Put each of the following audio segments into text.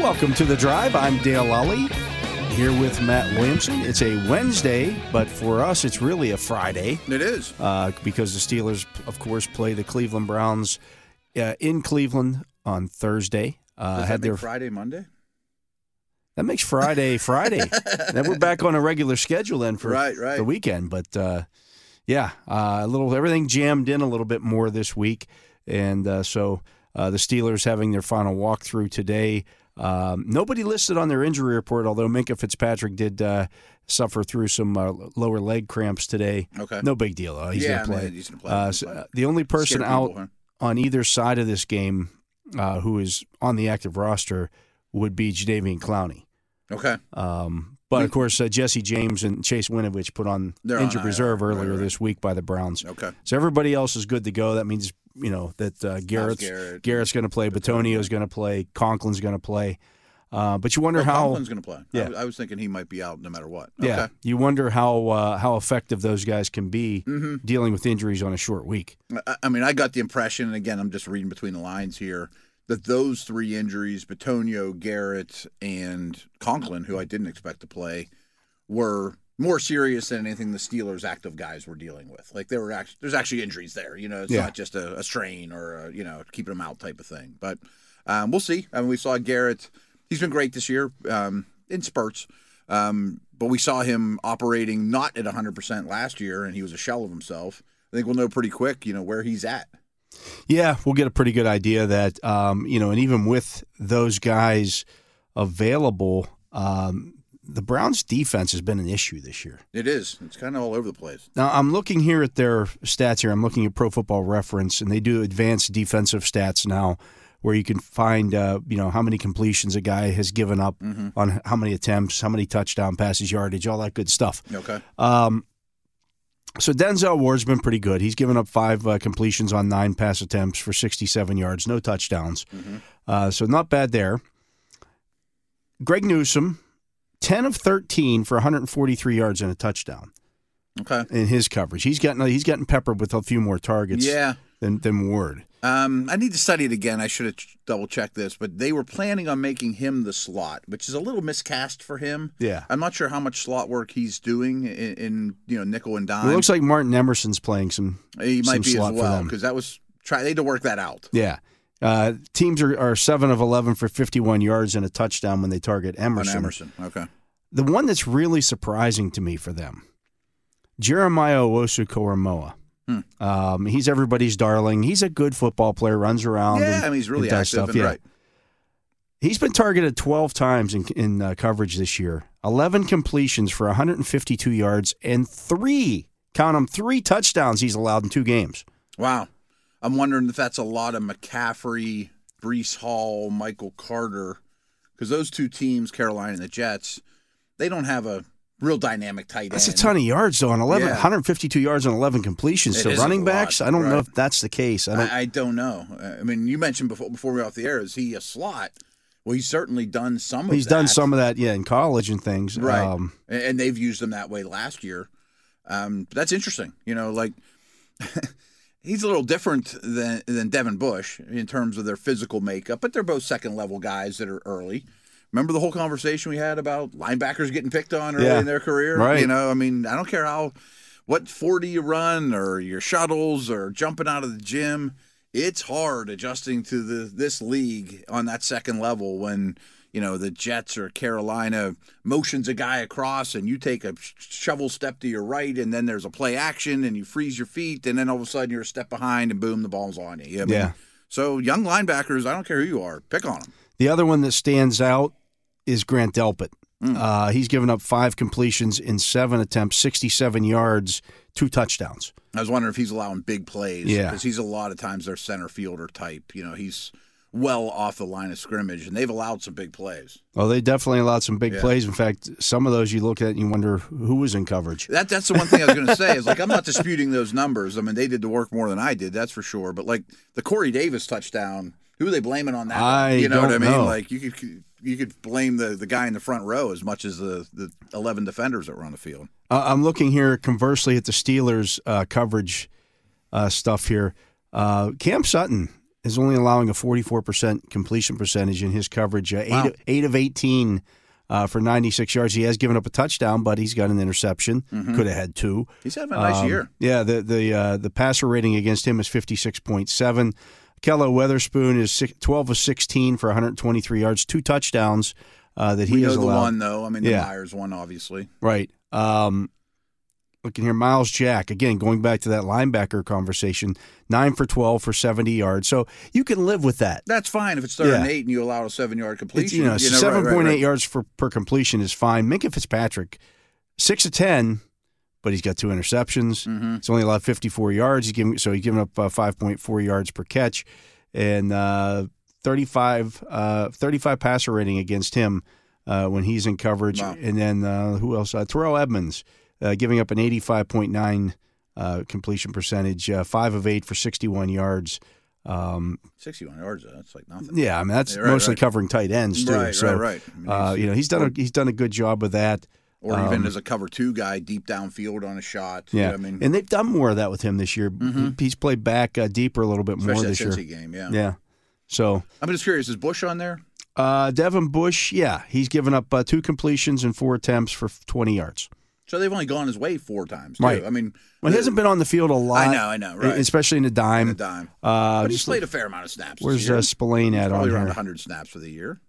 Welcome to The Drive. I'm Dale Lally here with Matt Williamson. It's a Wednesday, but for us, it's really a Friday It is. uh, because the Steelers, of course, play the Cleveland Browns uh, in Cleveland on Thursday. Uh, had Does that make their Friday, Monday? that makes Friday Friday. then we're back on a regular schedule then for Right, right. the weekend. But uh, yeah, uh, a little everything jammed in a little bit more this week, and uh, so uh, the Steelers having their final walkthrough today. Um, nobody listed on their injury report, although Minka Fitzpatrick did uh, suffer through some uh, lower leg cramps today. Okay. No big deal. Though. He's Yeah, gonna play. I mean, he's gonna play. Uh, He's gonna so, play. uh, the only person Scared out people, huh? on either side of this game uh, who is on the active roster would be Jadavian Clowney. Okay. Um, but of course, uh, Jesse James and Chase Winovich put on They're on injured IR, reserve right, earlier right. this week by the Browns. Okay. So everybody else is good to go. That means you know that uh, Garrett's Garrett. Garrett's going to play, Batonio's going to play, Conklin's going to play. Uh, but you wonder Oh, how Conklin's going to play. I Yeah. was- I, was thinking he might be out no matter what. yeah Okay. you wonder how uh, how effective those guys can be Mm-hmm. dealing with injuries on a short week. I, I mean, I got the impression, and again, I'm just reading between the lines here, that those three injuries, Batonio, Garrett, and Conklin, who I didn't expect to play, were more serious than anything the Steelers' active guys were dealing with. Like there were actually there's actually injuries there. You know, it's Yeah. not just a, a strain or a, you know keeping them out type of thing. But um, we'll see. I mean, we saw Garrett. He's been great this year um, in spurts. Um, but we saw him operating not at 100% last year, and he was a shell of himself. I think we'll know pretty quick, you know, where he's at. Yeah, we'll get a pretty good idea that um, you know, and even with those guys available, um, the Browns' defense has been an issue this year. It is. It's kind of all over the place. Now I'm looking here at their stats here. I'm looking at Pro Football Reference, and they do advanced defensive stats now, where you can find uh, you know how many completions a guy has given up on how many attempts, how many touchdown passes, yardage, all that good stuff. Okay. Um, so Denzel Ward's been pretty good. He's given up five uh, completions on nine pass attempts for 67 yards, no touchdowns. Uh, so not bad there. Greg Newsom, 10 of 13 for 143 yards and a touchdown Okay. in his coverage. He's gotten he's gotten peppered with a few more targets Yeah. than than Ward. Um, I need to study it again. I should have double checked this, but they were planning on making him the slot, which is a little miscast for him. Yeah. I'm not sure how much slot work he's doing in, in you know nickel and dime. It looks like Martin Emerson's playing some. he some might be as slot for well them. because that was try they had to work that out. Yeah. Uh, teams are, are 7 of 11 for 51 yards and a touchdown when they target On Emerson. Okay. The one that's really surprising to me for them, Jeremiah Owosu Koromoa. Hmm. Um, he's everybody's darling. He's a good football player, runs around. Yeah, and- I mean he's really and does active Um, stuff, and yeah. right. He's been targeted 12 times in, in uh, coverage this year. 11 completions for 152 yards and three, count them, three touchdowns he's allowed in two games. Wow. I'm wondering if that's a lot of McCaffrey, Brees Hall, Michael Carter, because those two teams, Carolina and the Jets, they don't have a real dynamic tight end. That's a ton of yards, though, on 11, Yeah. 152 yards on 11 completions It to is a running lot, backs. I don't know right. if that's the case. I don't. I, I don't know. I mean, you mentioned before before we were off the air, is he a slot? Well, he's certainly done some of he's done that. some of that, yeah, in college and things. Right. Um, and and they've used them that way last year. Um, but that's interesting. You know, like he's a little different than than Devin Bush in terms of their physical makeup, but they're both second level guys that are early. Remember the whole conversation we had about linebackers getting picked on early Yeah. in their career? Right. You know, I mean, I don't care how what 40 you run or your shuttles or jumping out of the gym. it's hard adjusting to the this league on that second level when you know the Jets or Carolina motions a guy across and you take a sh- shovel step to your right and then there's a play action and you freeze your feet and then all of a sudden you're a step behind and boom the ball's on you. I mean, Yeah. So young linebackers, I don't care who you are, pick on them. The other one that stands out is Grant Delpit. Hmm. Uh, he's given up five completions in seven attempts, 67 yards, two touchdowns. I was wondering if he's allowing big plays. Yeah. Because he's a lot of times their center fielder type. You know, he's well off the line of scrimmage, and they've allowed some big plays. Well, Oh, they definitely allowed some big Yeah. plays. In fact, some of those you look at and you wonder who was in coverage. That that's the one thing I was going to say is like I'm not disputing those numbers. I mean, they did the work more than I did, that's for sure. But like the Corey Davis touchdown, who are they blaming on that? one? I you know what I don't mean? know. Like you could you could blame the the guy in the front row as much as the the 11 defenders that were on the field. Uh, I'm looking here, conversely, at the Steelers' uh, coverage uh, stuff here. Uh, Cam Sutton is only allowing a 44% completion percentage in his coverage, uh, eight, Wow. eight of 18 uh, for 96 yards. He has given up a touchdown, but he's got an interception. Mm-hmm. Could have had two. He's having a nice Um, year. Yeah, the the uh, the passer rating against him is fifty six point seven. Kella Weatherspoon is six, twelve of sixteen for one hundred twenty three yards, two touchdowns uh, that he We know has the allowed. one though. I mean, Yeah. the Myers one obviously. Right. Um, looking here, Miles Jack again going back to that linebacker conversation, nine for twelve for seventy yards. So you can live with that. That's fine if it's third and Yeah. eight and you allow a seven yard completion. It's, you know, right, seven right, point eight right. yards for, per completion is fine. Minka Fitzpatrick, six of ten, but he's got two interceptions. Mm-hmm. He's only allowed fifty four yards. He's giving so he's giving up uh, five point four yards per catch, and uh, 35, uh, 35 passer rating against him uh, when he's in coverage. Wow. And then uh, who else? Uh, Terrell Edmonds, uh, giving up an eighty five point nine. Uh, completion percentage, uh, five of eight for 61 yards. Um, 61 yards. though, That's like nothing. yeah, I mean that's Yeah, right, mostly right. covering tight ends too. Right, so, right, right. I mean, uh, he's- you know, he's done a he's done a good job with that. Or even um, as a cover two guy deep downfield on a shot. You know Yeah, what I mean, and they've done more of that with him this year. Mhm. He's played back uh, deeper a little bit more especially that this year. Cincy game. Yeah. Yeah, so I'm just curious. Is Bush on there? uh, Devin Bush, yeah, he's given up uh, two completions and four attempts for 20 yards. So they've only gone his way four times. Too. Right. I mean, Well, he the- hasn't been on the field a lot. e, I know, I know, right. Especially in the in dime. a dime. Uh, but he's just played look- a fair amount of snaps. this where's year. uh, Spillane at on Probably around here? 100 snaps for the year.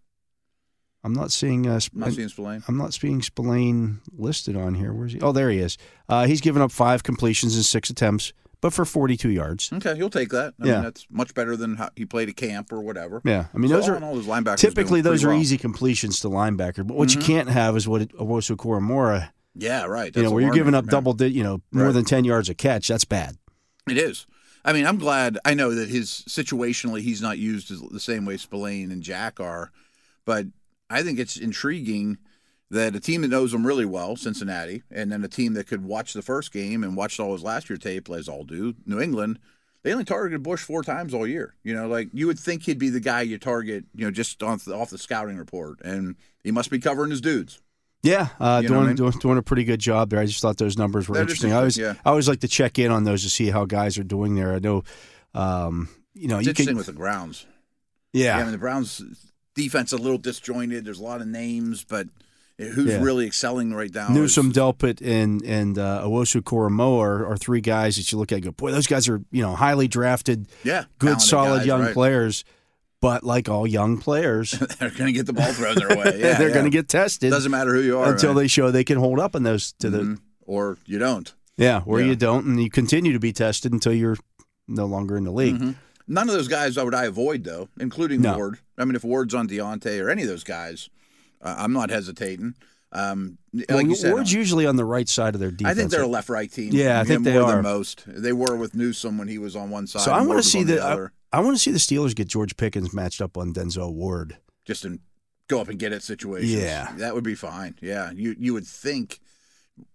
I'm not seeing. Uh, I'm not seeing Spillane. I'm not seeing Spillane listed on here. Where's he? Oh, there he is. Uh, he's given up five completions and six attempts, but for 42 yards. Okay, he'll take that. I Yeah. mean, that's much better than how he played at camp or whatever. Yeah, I mean Hmm. So those all are in all, those linebackers typically doing pretty those are well. Mm-hmm. easy completions to linebacker. But what you can't have is what it- Owosu Koromora. Yeah, right. You know, That's where you're giving alarming, up man. double, di- you know, more Right. than 10 yards a catch. That's bad. It is. I mean, I'm glad. I know that his situationally, he's not used as, the same way Spillane and Jack are, but I think it's intriguing that a team that knows him really well, Cincinnati, and then a team that could watch the first game and watched all his last year tape, as all do, New England. They only targeted Bush four times all year. You know, like you would think he'd be the guy you target. You know, just off the, off the scouting report, and he must be covering his dudes. Yeah, uh, You doing, know what I mean? doing doing a pretty good job there. I just thought those numbers were They're just interesting. I always interesting, I always like to check in on those to see how guys are doing there. I know, um, you know, It's you interesting can with the grounds. Yeah. I yeah, mean, the Browns' defense a little disjointed. There's a lot of names, but who's Yeah. really excelling right now? Newsom, is- Delpit, and and uh, Owosu Koromoa are, are three guys that you look at and go, boy, those guys are you know highly drafted, yeah, good, talented solid guys, young right. players. But like all young players, They're going to get the ball thrown their way. Yeah, they're yeah. going to get tested Doesn't matter who you are until they show they can hold up on those to the or you don't. yeah, or Mm-hmm. Yeah. you don't, and you continue to be tested until you're no longer in the league. Mm-hmm. None of those guys would I avoid though, including No. Ward. I mean, if Ward's on Deontay or any of those guys, uh, I'm not hesitating. Um, like Well, you said, Ward's usually on the right side of their defense. I think they're a left-right team. Yeah, I you think know, they more are. than most. They were with Newsom when he was on one side. So I want and Ward to was see on the, the other. I, want to see the Steelers get George Pickens matched up on Denzel Ward. just in go up and get it situations. Yeah. that would be fine. Yeah, you you would think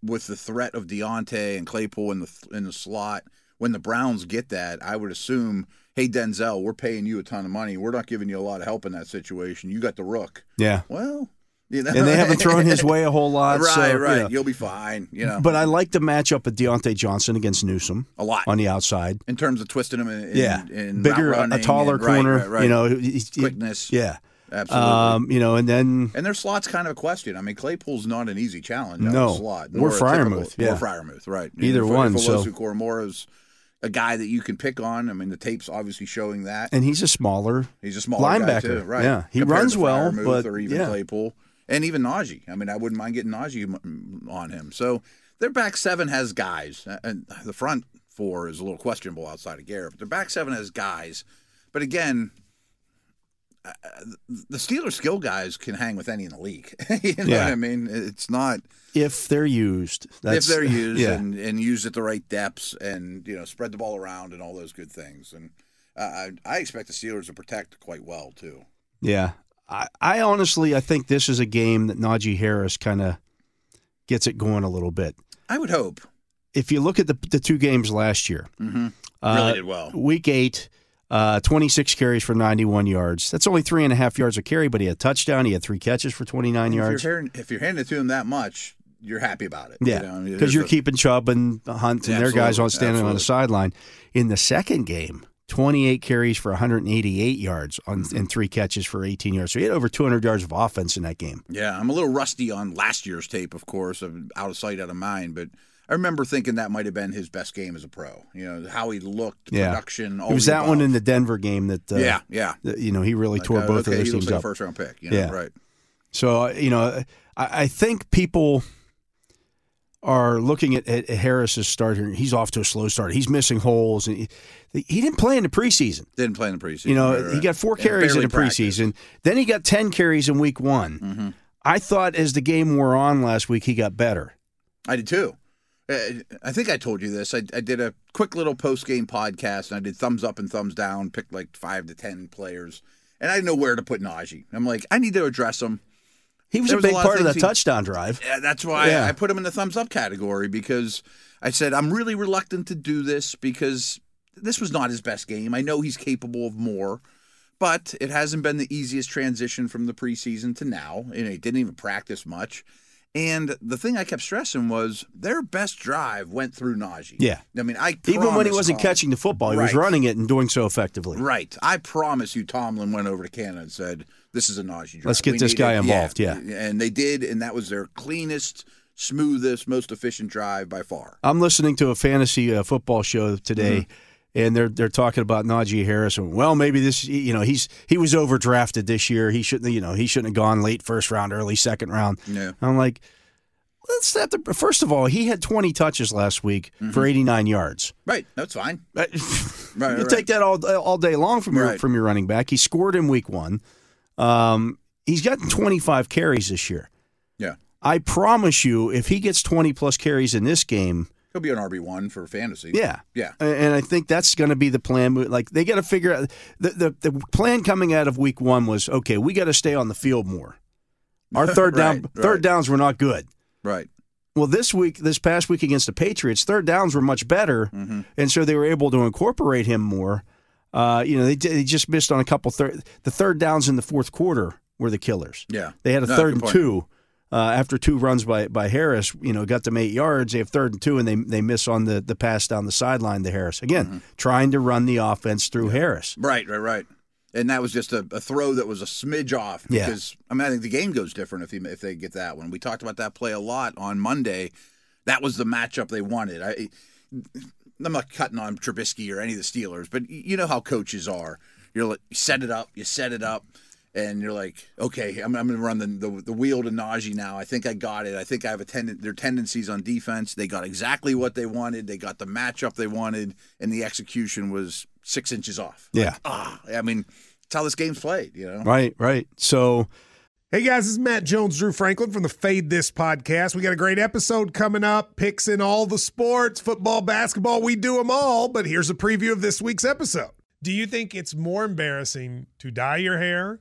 with the threat of Deontay and Claypool in the in the slot, when the Browns get that, I would assume, hey Denzel, we're paying you a ton of money. We're not giving you a lot of help in that situation. You got the rook. Yeah, Well, you know, and they haven't thrown his way a whole lot. right, so, you right. know. You'll be fine. You know, But I like the matchup of Deontay Johnson against Newsom a lot on the outside. in terms of twisting him. In, in- yeah, in bigger, a- route a running taller and- right, corner. right, right. You know, he- he- quickness. yeah. absolutely. Um, you know, and then And their slot's kind of a question. I mean, Claypool's not an easy challenge. out of No. the slot. Or a Fryermuth, typical- yeah. Or Fryermuth, right. Either if, one, If so- Olosu Koromoa's a guy that you can pick on. I mean, the tape's obviously showing that. And he's a smaller. He's a smaller guy Linebacker. too, right? Yeah. He Compared runs to well, Fryermuth but- or even yeah. Claypool and even Najee. I mean, I wouldn't mind getting Najee m- on him. So their back seven has guys, uh, and the front four is a little questionable outside of Garrett. But their back seven has guys. But again, uh, the Steelers skill guys can hang with any in the league. you know Yeah. what I mean? It's not If they're used, that's, if they're used yeah. and, and used at the right depths and you know spread the ball around and all those good things and uh, I, I expect the Steelers to protect quite well too. Yeah. I, I honestly, I think this is a game that Najee Harris kind of gets it going a little bit. I would hope. If you look at the, the two games last year, Mm-hmm. uh, really did well. week eight, uh, 26 carries for 91 yards. That's only three and a half yards a carry, but he had a touchdown. He had three catches for 29 If you're, yards. hearing, if you're handing it to him that much, you're happy about it. Yeah, you know? because you are There's a- keeping Chubb and Hunt and their guys Absolutely, on standing on the absolutely. sideline. In the second game, 28 carries for 188 yards on, and three catches for 18 yards. So he had over 200 yards of offense in that game. Yeah, I'm a little rusty on last year's tape, of course, of out of sight, out of mind. But I remember thinking that might have been his best game as a pro. You know how he looked, Yeah. production. All It was the that one above. in the Denver game that uh, yeah, yeah. that, you know he really Like, tore uh, both okay, of he those looks teams like up. a first round pick. You know, Yeah. right. So uh, you know, I, I think people are looking at, at Harris's start here. He's off to a slow start. He's missing holes, and he, he didn't play in the preseason. Didn't play in the preseason. You know, right, right. he got four And carries in barely the preseason. Then he got 10 carries in week one. Mhm. I thought as the game wore on last week, he got better. I did too. Uh, I think I told you this. I, I did a quick little post game podcast, and I did thumbs up and thumbs down. Picked like five to ten players, and I didn't know where to put Najee. I'm like, I need to address him. He was There a was a big lot of part of the things he- touchdown drive. Yeah, that's why Yeah. I put him in the thumbs up category because I said I'm really reluctant to do this because this was not his best game. I know he's capable of more, but it hasn't been the easiest transition from the preseason to now, and he didn't even practice much. And the thing I kept stressing was their best drive went through Najee. Yeah. I mean, I Even when he promise wasn't Tom- catching the football, he was Right. running it and doing so effectively. Right. I promise you, Tomlin went over to Canada and said, "This is a Najee drive. Let's get We this need guy it." involved, yeah. and they did, and that was their cleanest, smoothest, most efficient drive by far. I'm listening to a fantasy uh, football show today, Mm-hmm. and they're they're talking about Najee Harris. And well, maybe this you know he's he was overdrafted this year. He shouldn't you know he shouldn't have gone late first round, early second round. Yeah. I'm like, let's have to. First of all, he had 20 touches last week for 89 yards. Mm-hmm. Right. That's fine. Right, Right, you right. take that all all day long from your Right. from your running back. He scored in week one. Um, he's gotten 25 carries this year. Yeah. I promise you, if he gets 20 plus carries in this game, He'll be an RB one for fantasy. yeah, Yeah. A- and I think that's going to be the plan. Like they got to figure out the, the the plan coming out of week one was okay. We got to stay on the field more. Our third down Right, third right. downs were not good. Right. Well, this week, this past week against the Patriots, third downs were much better, Mm-hmm. and so they were able to incorporate him more. Uh, you know, they, they just missed on a couple third. The third downs in the fourth quarter were the killers. Yeah. They had a No, third good and point. two uh, after two runs by by Harris. You know, got them eight yards. They have third and two, and they they miss on the the pass down the sideline to Harris again, Mm-hmm. trying to run the offense through Harris. Right. Right. Right. And that was just a, a throw that was a smidge off Yeah. because I mean I think the game goes different if he, if they get that one. We talked about that play a lot on Monday. That was the matchup they wanted. I I'm not cutting on Trubisky or any of the Steelers, but y- you know how coaches are. You're like, you set it up, you set it up, and you're like, okay, I'm, I'm going to run the, the the wheel to Najee now. I think I got it. I think I have a tenden- their tendencies on defense. They got exactly what they wanted. They got the matchup they wanted, and the execution was six inches off. Yeah, Ah, I mean, it's how this game's played, you know. right, right. So Hey guys, this is Matt Jones, Drew Franklin from the Fade This podcast. We got a great episode coming up. Picks in all the sports, football, basketball, we do them all. But here's a preview of this week's episode. Do you think it's more embarrassing to dye your hair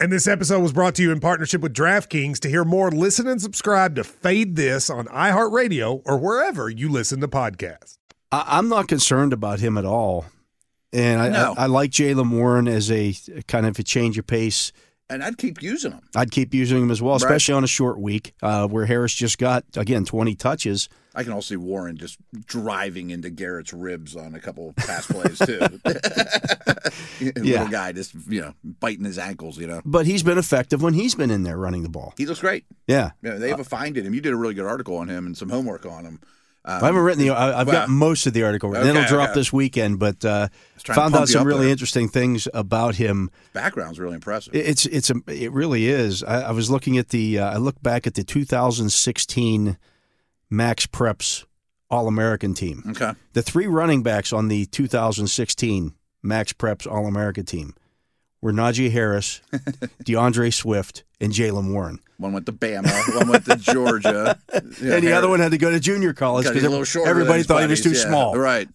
And this episode was brought to you in partnership with DraftKings. To hear more, listen and subscribe to Fade This on iHeartRadio or wherever you listen to podcasts. I, I'm not concerned about him at all. And I, No. I, I like Jalen Warren as a kind of a change of pace. And I'd keep using them. I'd keep using him as well, Right. especially on a short week uh, where Harris just got, again, 20 touches. I can also see Warren just driving into Garrett's ribs on a couple of pass plays too. Yeah. Little guy just you know biting his ankles. You know But he's been effective when he's been in there running the ball. he looks great. Yeah. Yeah, they Uh, have a find in him. You did a really good article on him and some homework on him. Um, I haven't written the. I, I've got well, most of the article. written. okay, It'll drop okay. this weekend, but uh, trying to found pump out you some up really there. interesting things about him. background's really impressive. It- It's it's a, it really is. I, I was looking at the. Uh, I looked back at the 2016 Max Preps All American team. okay, The three running backs on the 2016 Max Preps All America team were Najee Harris, DeAndre Swift, and Jalen Warren. one went to Bama, one went to Georgia, you know, and the other Harris- one had to go to junior college Because he's a little because shorter. than everybody his thought he was too buddies, yeah, small. Right.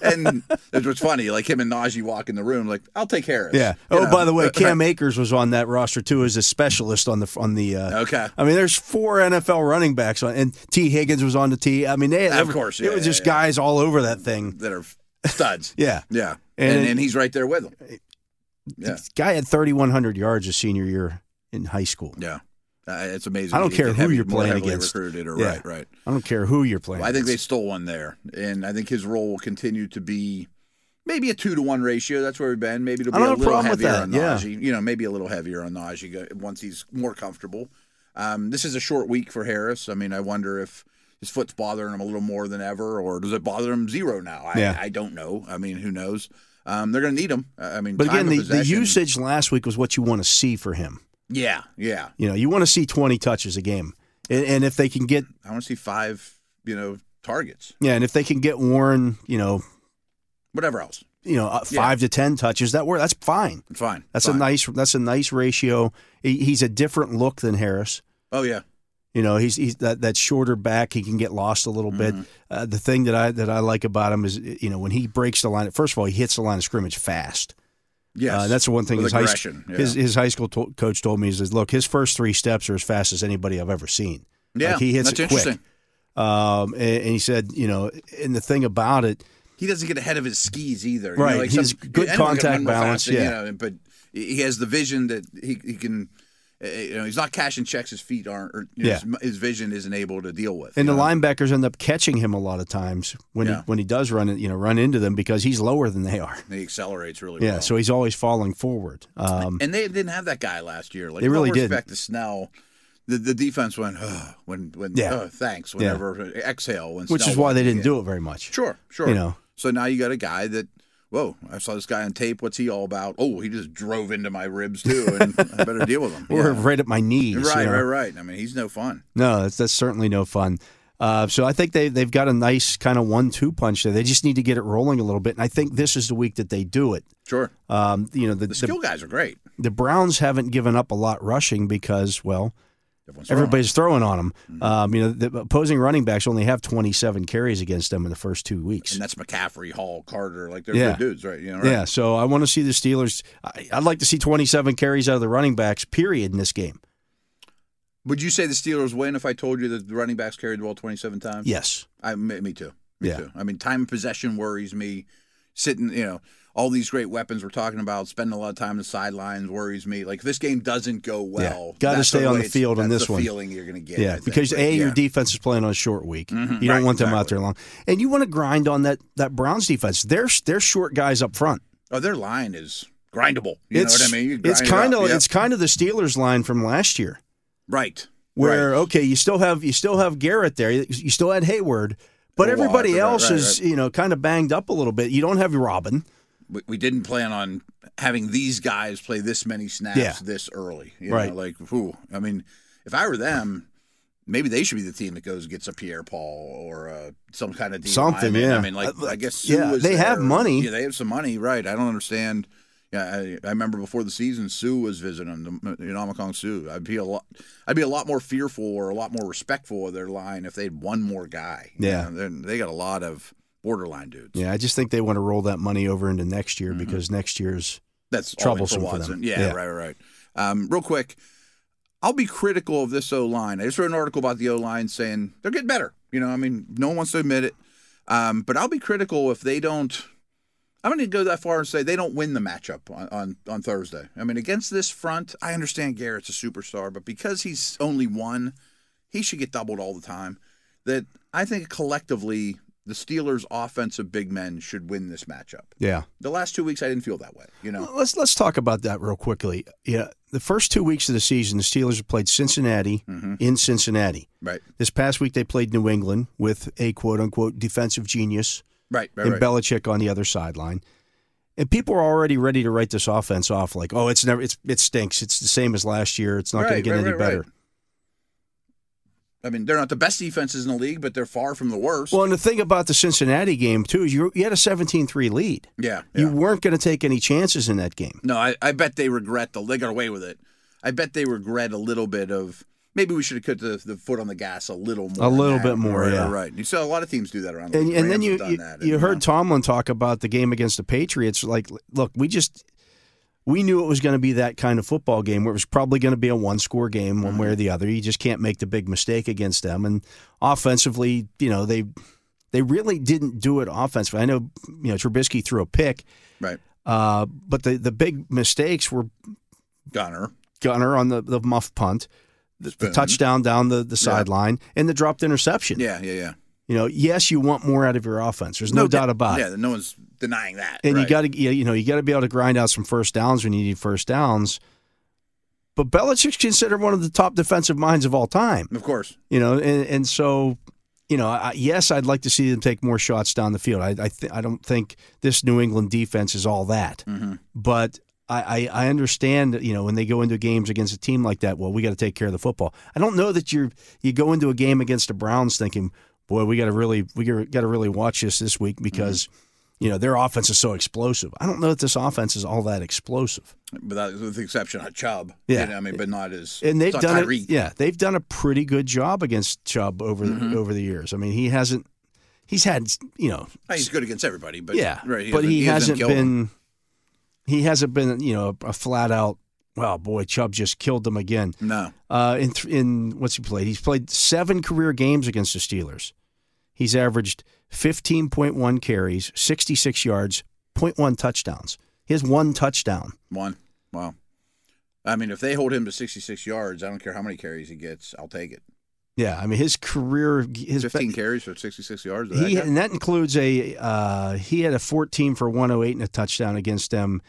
And it was funny. Like him and Najee walk in the room, like, I'll take Harris. Yeah. You Oh, know? by the way, Right. Cam Akers was on that roster too as a specialist on the on the. Uh, Okay. I mean, there's four NFL running backs on, and T. Higgins was on the T. I mean, they Of course, yeah, it was yeah, just yeah. guys all over that thing. That are studs. Yeah, Yeah. And And, it- and he's right there with him. Yeah. This guy had 3,100 yards his senior year in high school. Yeah. Uh, it's amazing. I don't You care get who heavy- you're more playing heavily against. Recruited or Yeah. right, right. I don't care who you're playing. Well, I think they against. stole one there, and I think his role will continue to be maybe a two to one ratio. That's where we've been. Maybe it'll I don't be a have a little problem with heavier that, on yeah. Najee. You know, maybe a little heavier on Najee go- once he's more comfortable. Um, this is a short week for Harris. I mean, I wonder if his foot's bothering him a little more than ever, or does it bother him zero now? I, Yeah. I don't know. I mean, who knows? Um, they're going to need him. I I mean, But time again, of the, the possession- usage last week was what you want to see for him. Yeah, yeah. You know, you want to see 20 touches a game, and, and if they can get I want to see five, you know, targets. yeah, and if they can get Warren, you know, Whatever else, you know, uh, Yeah. five to 10 touches, that were that's fine. fine. That's a fine. nice. That's a nice ratio. He, he's a different look than Harris. Oh yeah, You know, he's, he's that, that shorter back. He can get lost a little Mm-hmm. bit. Uh, the thing that I that I like about him is, you know, when he breaks the line. First of all, he hits the line of scrimmage fast. yes. Uh, that's the one thing With his high, aggression, yeah. his his high school to- coach told me is, is, look, his first three steps are as fast as anybody I've ever seen. Yeah, Like, he hits that's it quick. interesting. Um, and, and he said, you know, and the thing about it, He doesn't get ahead of his skis either. Right, he's good anyone can contact run real balance, and, yeah. you know, but he has the vision that he, he can. uh, You know, he's not cashing checks. His feet aren't. Or, you know, Yeah. his, his vision isn't able to deal with. and you the know? linebackers end up catching him a lot of times when he, Yeah. when he does run it, you know, run into them because he's lower than they are. he accelerates really Yeah, well. so he's always falling forward. Um, and they didn't have that guy last year. Like They really no didn't. respect to Snell. The, the defense went oh, when when Yeah. oh, thanks Yeah. whenever exhale when which Snell is why they went. didn't Yeah. do it very much. Sure, sure. You know. So now you got a guy that, whoa, I saw this guy on tape. What's he all about? Oh, he just drove into my ribs too, and I better deal with him. Or Yeah. right at my knees. you Right, know. right, right. I mean, he's no fun. No, that's, that's certainly no fun. Uh, so I think they they've got a nice kind of one-two punch there. They just need to get it rolling a little bit, and I think this is the week that they do it. Sure. Um, you know, the, The the, skill guys are great. the Browns haven't given up a lot rushing because well, Everyone's throwing everybody's throwing on them. Mm-hmm. Um, you know, the opposing running backs only have 27 carries against them in the first two them. weeks. And that's McCaffrey, Hall, Carter. Like they're Yeah. good dudes, right? You know, right? Yeah, so I want to see the Steelers. I, I'd like to see 27 carries out of the running backs. Period in this game. Would you say the Steelers win if I told you that the running backs carried the ball 27 times? Yes. I, me, me too. Me Yeah. too. I mean, time of possession worries me. Sitting, you know, all these great weapons we're talking about, spending a lot of time on the sidelines worries me. Like, if this game doesn't go well, Gotta that's stay on the way it's- field on that's this the one. feeling you're going to get. I Yeah, think, because but a your yeah. defense is playing on a short week. Mhm, You don't right, want them out exactly. there long, and you want to grind on that that Browns defense. They're they're short guys up front. oh, their line is grindable. You it's know what I mean? You it's grind it kind up. of Yep. it's kind of the Steelers line from last year, right where right. okay, you still have you still have Garrett there, you you still had Hayward, but Well, everybody right, right, else right, is you know kind of banged up a little bit. You don't have Robin. we, we didn't plan on having these guys play this many snaps Yeah. this early. You Right. Know, like, whew. I mean, if I were them, maybe they should be the team that goes and gets a Pierre Paul or uh, some kind of D Something, lineman. yeah. I mean, like, Uh, I guess yeah, Sue was they have there. money. Yeah, they have some money, right? I don't understand. Yeah, I, I remember before the season, Sue was visiting him, the- you know, Hong Kong Sue. I'd be a lot, I'd be a lot more fearful or a lot more respectful of their line if they had one more guy. You Yeah. know, they're- they got a lot of borderline dudes. Yeah, I just think they want to roll that money over into next year because next year's that's all in troublesome for them. Watson. Yeah, Yeah. right, right, right. Um, real quick, I'll be critical of this O line. I just wrote an article about the O line saying they're getting better. You know, I mean, no one wants to admit it, um, but I'll be critical if they don't. I'm going to go that far and say they don't win the matchup on, on, on Thursday. I mean, against this front, I understand Garrett's a superstar, but because he's only one, he should get doubled all the time. That I think collectively, the Steelers' offensive big men should win this matchup. yeah. The last two weeks, I didn't feel that way. You know, Let's let's talk about that real quickly. Yeah, the first two weeks of the season, the Steelers have played Cincinnati Mm-hmm. in Cincinnati. Right, This past week, they played New England with a quote unquote defensive genius right, right. and right. Belichick on the other sideline. And people are already ready to write this offense off, like, oh, it's never, it's it stinks. It's the same as last year. It's not going to Right, get right, any right, better. right. I mean, they're not the best defenses in the league, but they're far from the worst. Well, and the thing about the Cincinnati game too is you you had a 17-3 lead. yeah, You yeah. weren't going to take any chances in that game. no, I, I bet they regret the. They got away with it. I bet they regret a little bit of maybe we should have put the, the foot on the gas a little more. A than little that. bit more, Right, yeah. Right, right. You saw a lot of teams do that around. the And, league. and then Rams you have done you, that, and, uh, you heard know, Tomlin talk about the game against the Patriots. Like, look, we just we knew it was going to be that kind of football game where it was probably going to be a one score game one Mm-hmm. way or the other. You just can't make the big mistake against them. And offensively, you know they they really didn't do it offensively. I know you know Trubisky threw a pick, right uh, but the the big mistakes were Gunner. Gunner on the, the muff punt, the, the Spoon. touchdown down the, the sideline, and the dropped interception. Yeah, yeah, yeah. You know, yes, you want more out of your offense. There's no, doubt about Yeah, it. no one's denying that. Ah. And you right. got to you know you got to be able to grind out some first downs when you need first downs. But Belichick's considered one of the top defensive minds of all time. of course. You know, and, and so you know, I, yes, I'd like to see them take more shots down the field. I I, th- I don't think this New England defense is all that, but. I, I I understand that, you know when they go into games against a team like that. Well, we got to take care of the football. I don't know that you're you go into a game against the Browns thinking, boy, we got to really we got to really watch this this week because you know their offense is so explosive. I don't know that this offense is all that explosive. But that, with the exception of Chubb. Yeah. You know, I mean, but not as and they've it's not done Tyreek. it. Yeah, they've done a pretty good job against Chubb over the, Mm-hmm. over the years. I mean, he hasn't. He's had you know. Oh, He's good against everybody, but yeah, right, but he, hasn't hasn't killed them. been. He hasn't been you know a flat out. Well, boy, Chubb just killed them again. No, Uh, in th- in what's he played? He's played seven career games against the Steelers. He's averaged fifteen point one carries, sixty six yards, 0.1 touchdowns. He has one touchdown. one. Wow. I mean, if they hold him to 66 yards, I don't care how many carries he gets, I'll take it. Yeah, I mean his career, his 15 carries for 66 yards. he He, and that includes a uh, he had a 14 for 108 and a touchdown against them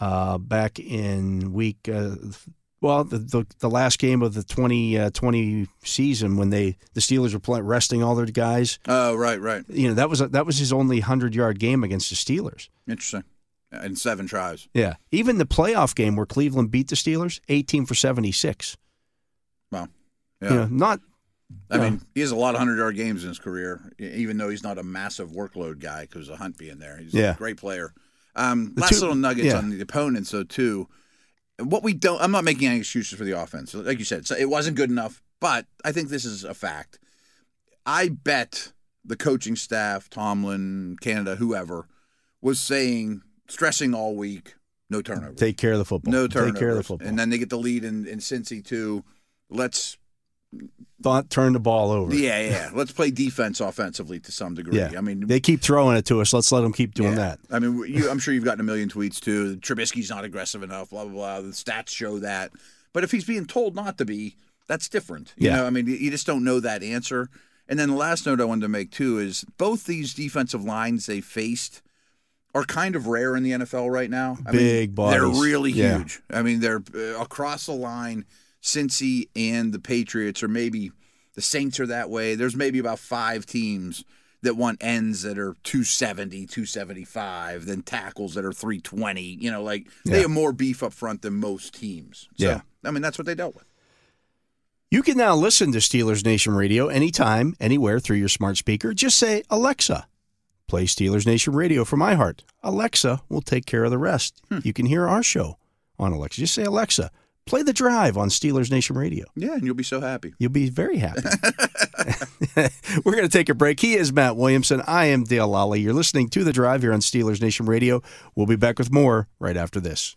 uh, back in week uh, well the, the the last game of the 20 uh, 20 season when they the Steelers were playing resting all their guys oh, right, right. you know that was that was his only 100 yard game against the Steelers Interesting. And seven tries. yeah even the playoff game where Cleveland beat the Steelers 18 for 76 Wow. You Yeah. know, not I yeah. mean, he has a lot of 100 yard games in his career, e- even though he's not a massive workload guy because of Hunt being there. He's Yeah. a great player. Um, The last two- little nuggets yeah. on the opponents, though, too. What we don't, I'm not making any excuses for the offense. Like you said, so it wasn't good enough, but I think this is a fact. I bet the coaching staff, Tomlin, Canada, whoever, was saying, stressing all week, no turnovers. take care of the football no turnovers. take care of the football And then they get the lead in, in Cincy, too. Let's don't turn the ball over yeah, yeah. Let's play defense offensively to some degree. yeah I mean, they keep throwing it to us let's let them keep doing yeah. that I mean, you, I'm sure you've gotten a million tweets too. Trubisky's not aggressive enough. Blah blah blah. The stats show that. But if he's being told not to be, that's different. You Yeah. know, I mean, you just don't know that answer. And then the last note I wanted to make too is both these defensive lines they faced are kind of rare in the NFL right now. I Big mean, They're bodies. really Yeah. huge. I mean, they're uh, across the line. Cincy and the Patriots, or maybe the Saints are that way. There's maybe about five teams that want ends that are 270, 275, then tackles that are 320. You know, like Yeah. they have more beef up front than most teams. So, Yeah. I mean, that's what they dealt with. You can now listen to Steelers Nation Radio anytime, anywhere through your smart speaker. Just say, Alexa, Play Steelers Nation Radio from iHeart. Alexa will take care of the rest. You can hear our show on Alexa. Just say, Alexa, play the drive on Steelers Nation Radio. Yeah, and you'll be so happy. You'll be very happy. We're going to take a break. He is Matt Williamson. I am Dale Lally. You're listening to The Drive here on Steelers Nation Radio. We'll be back with more right after this.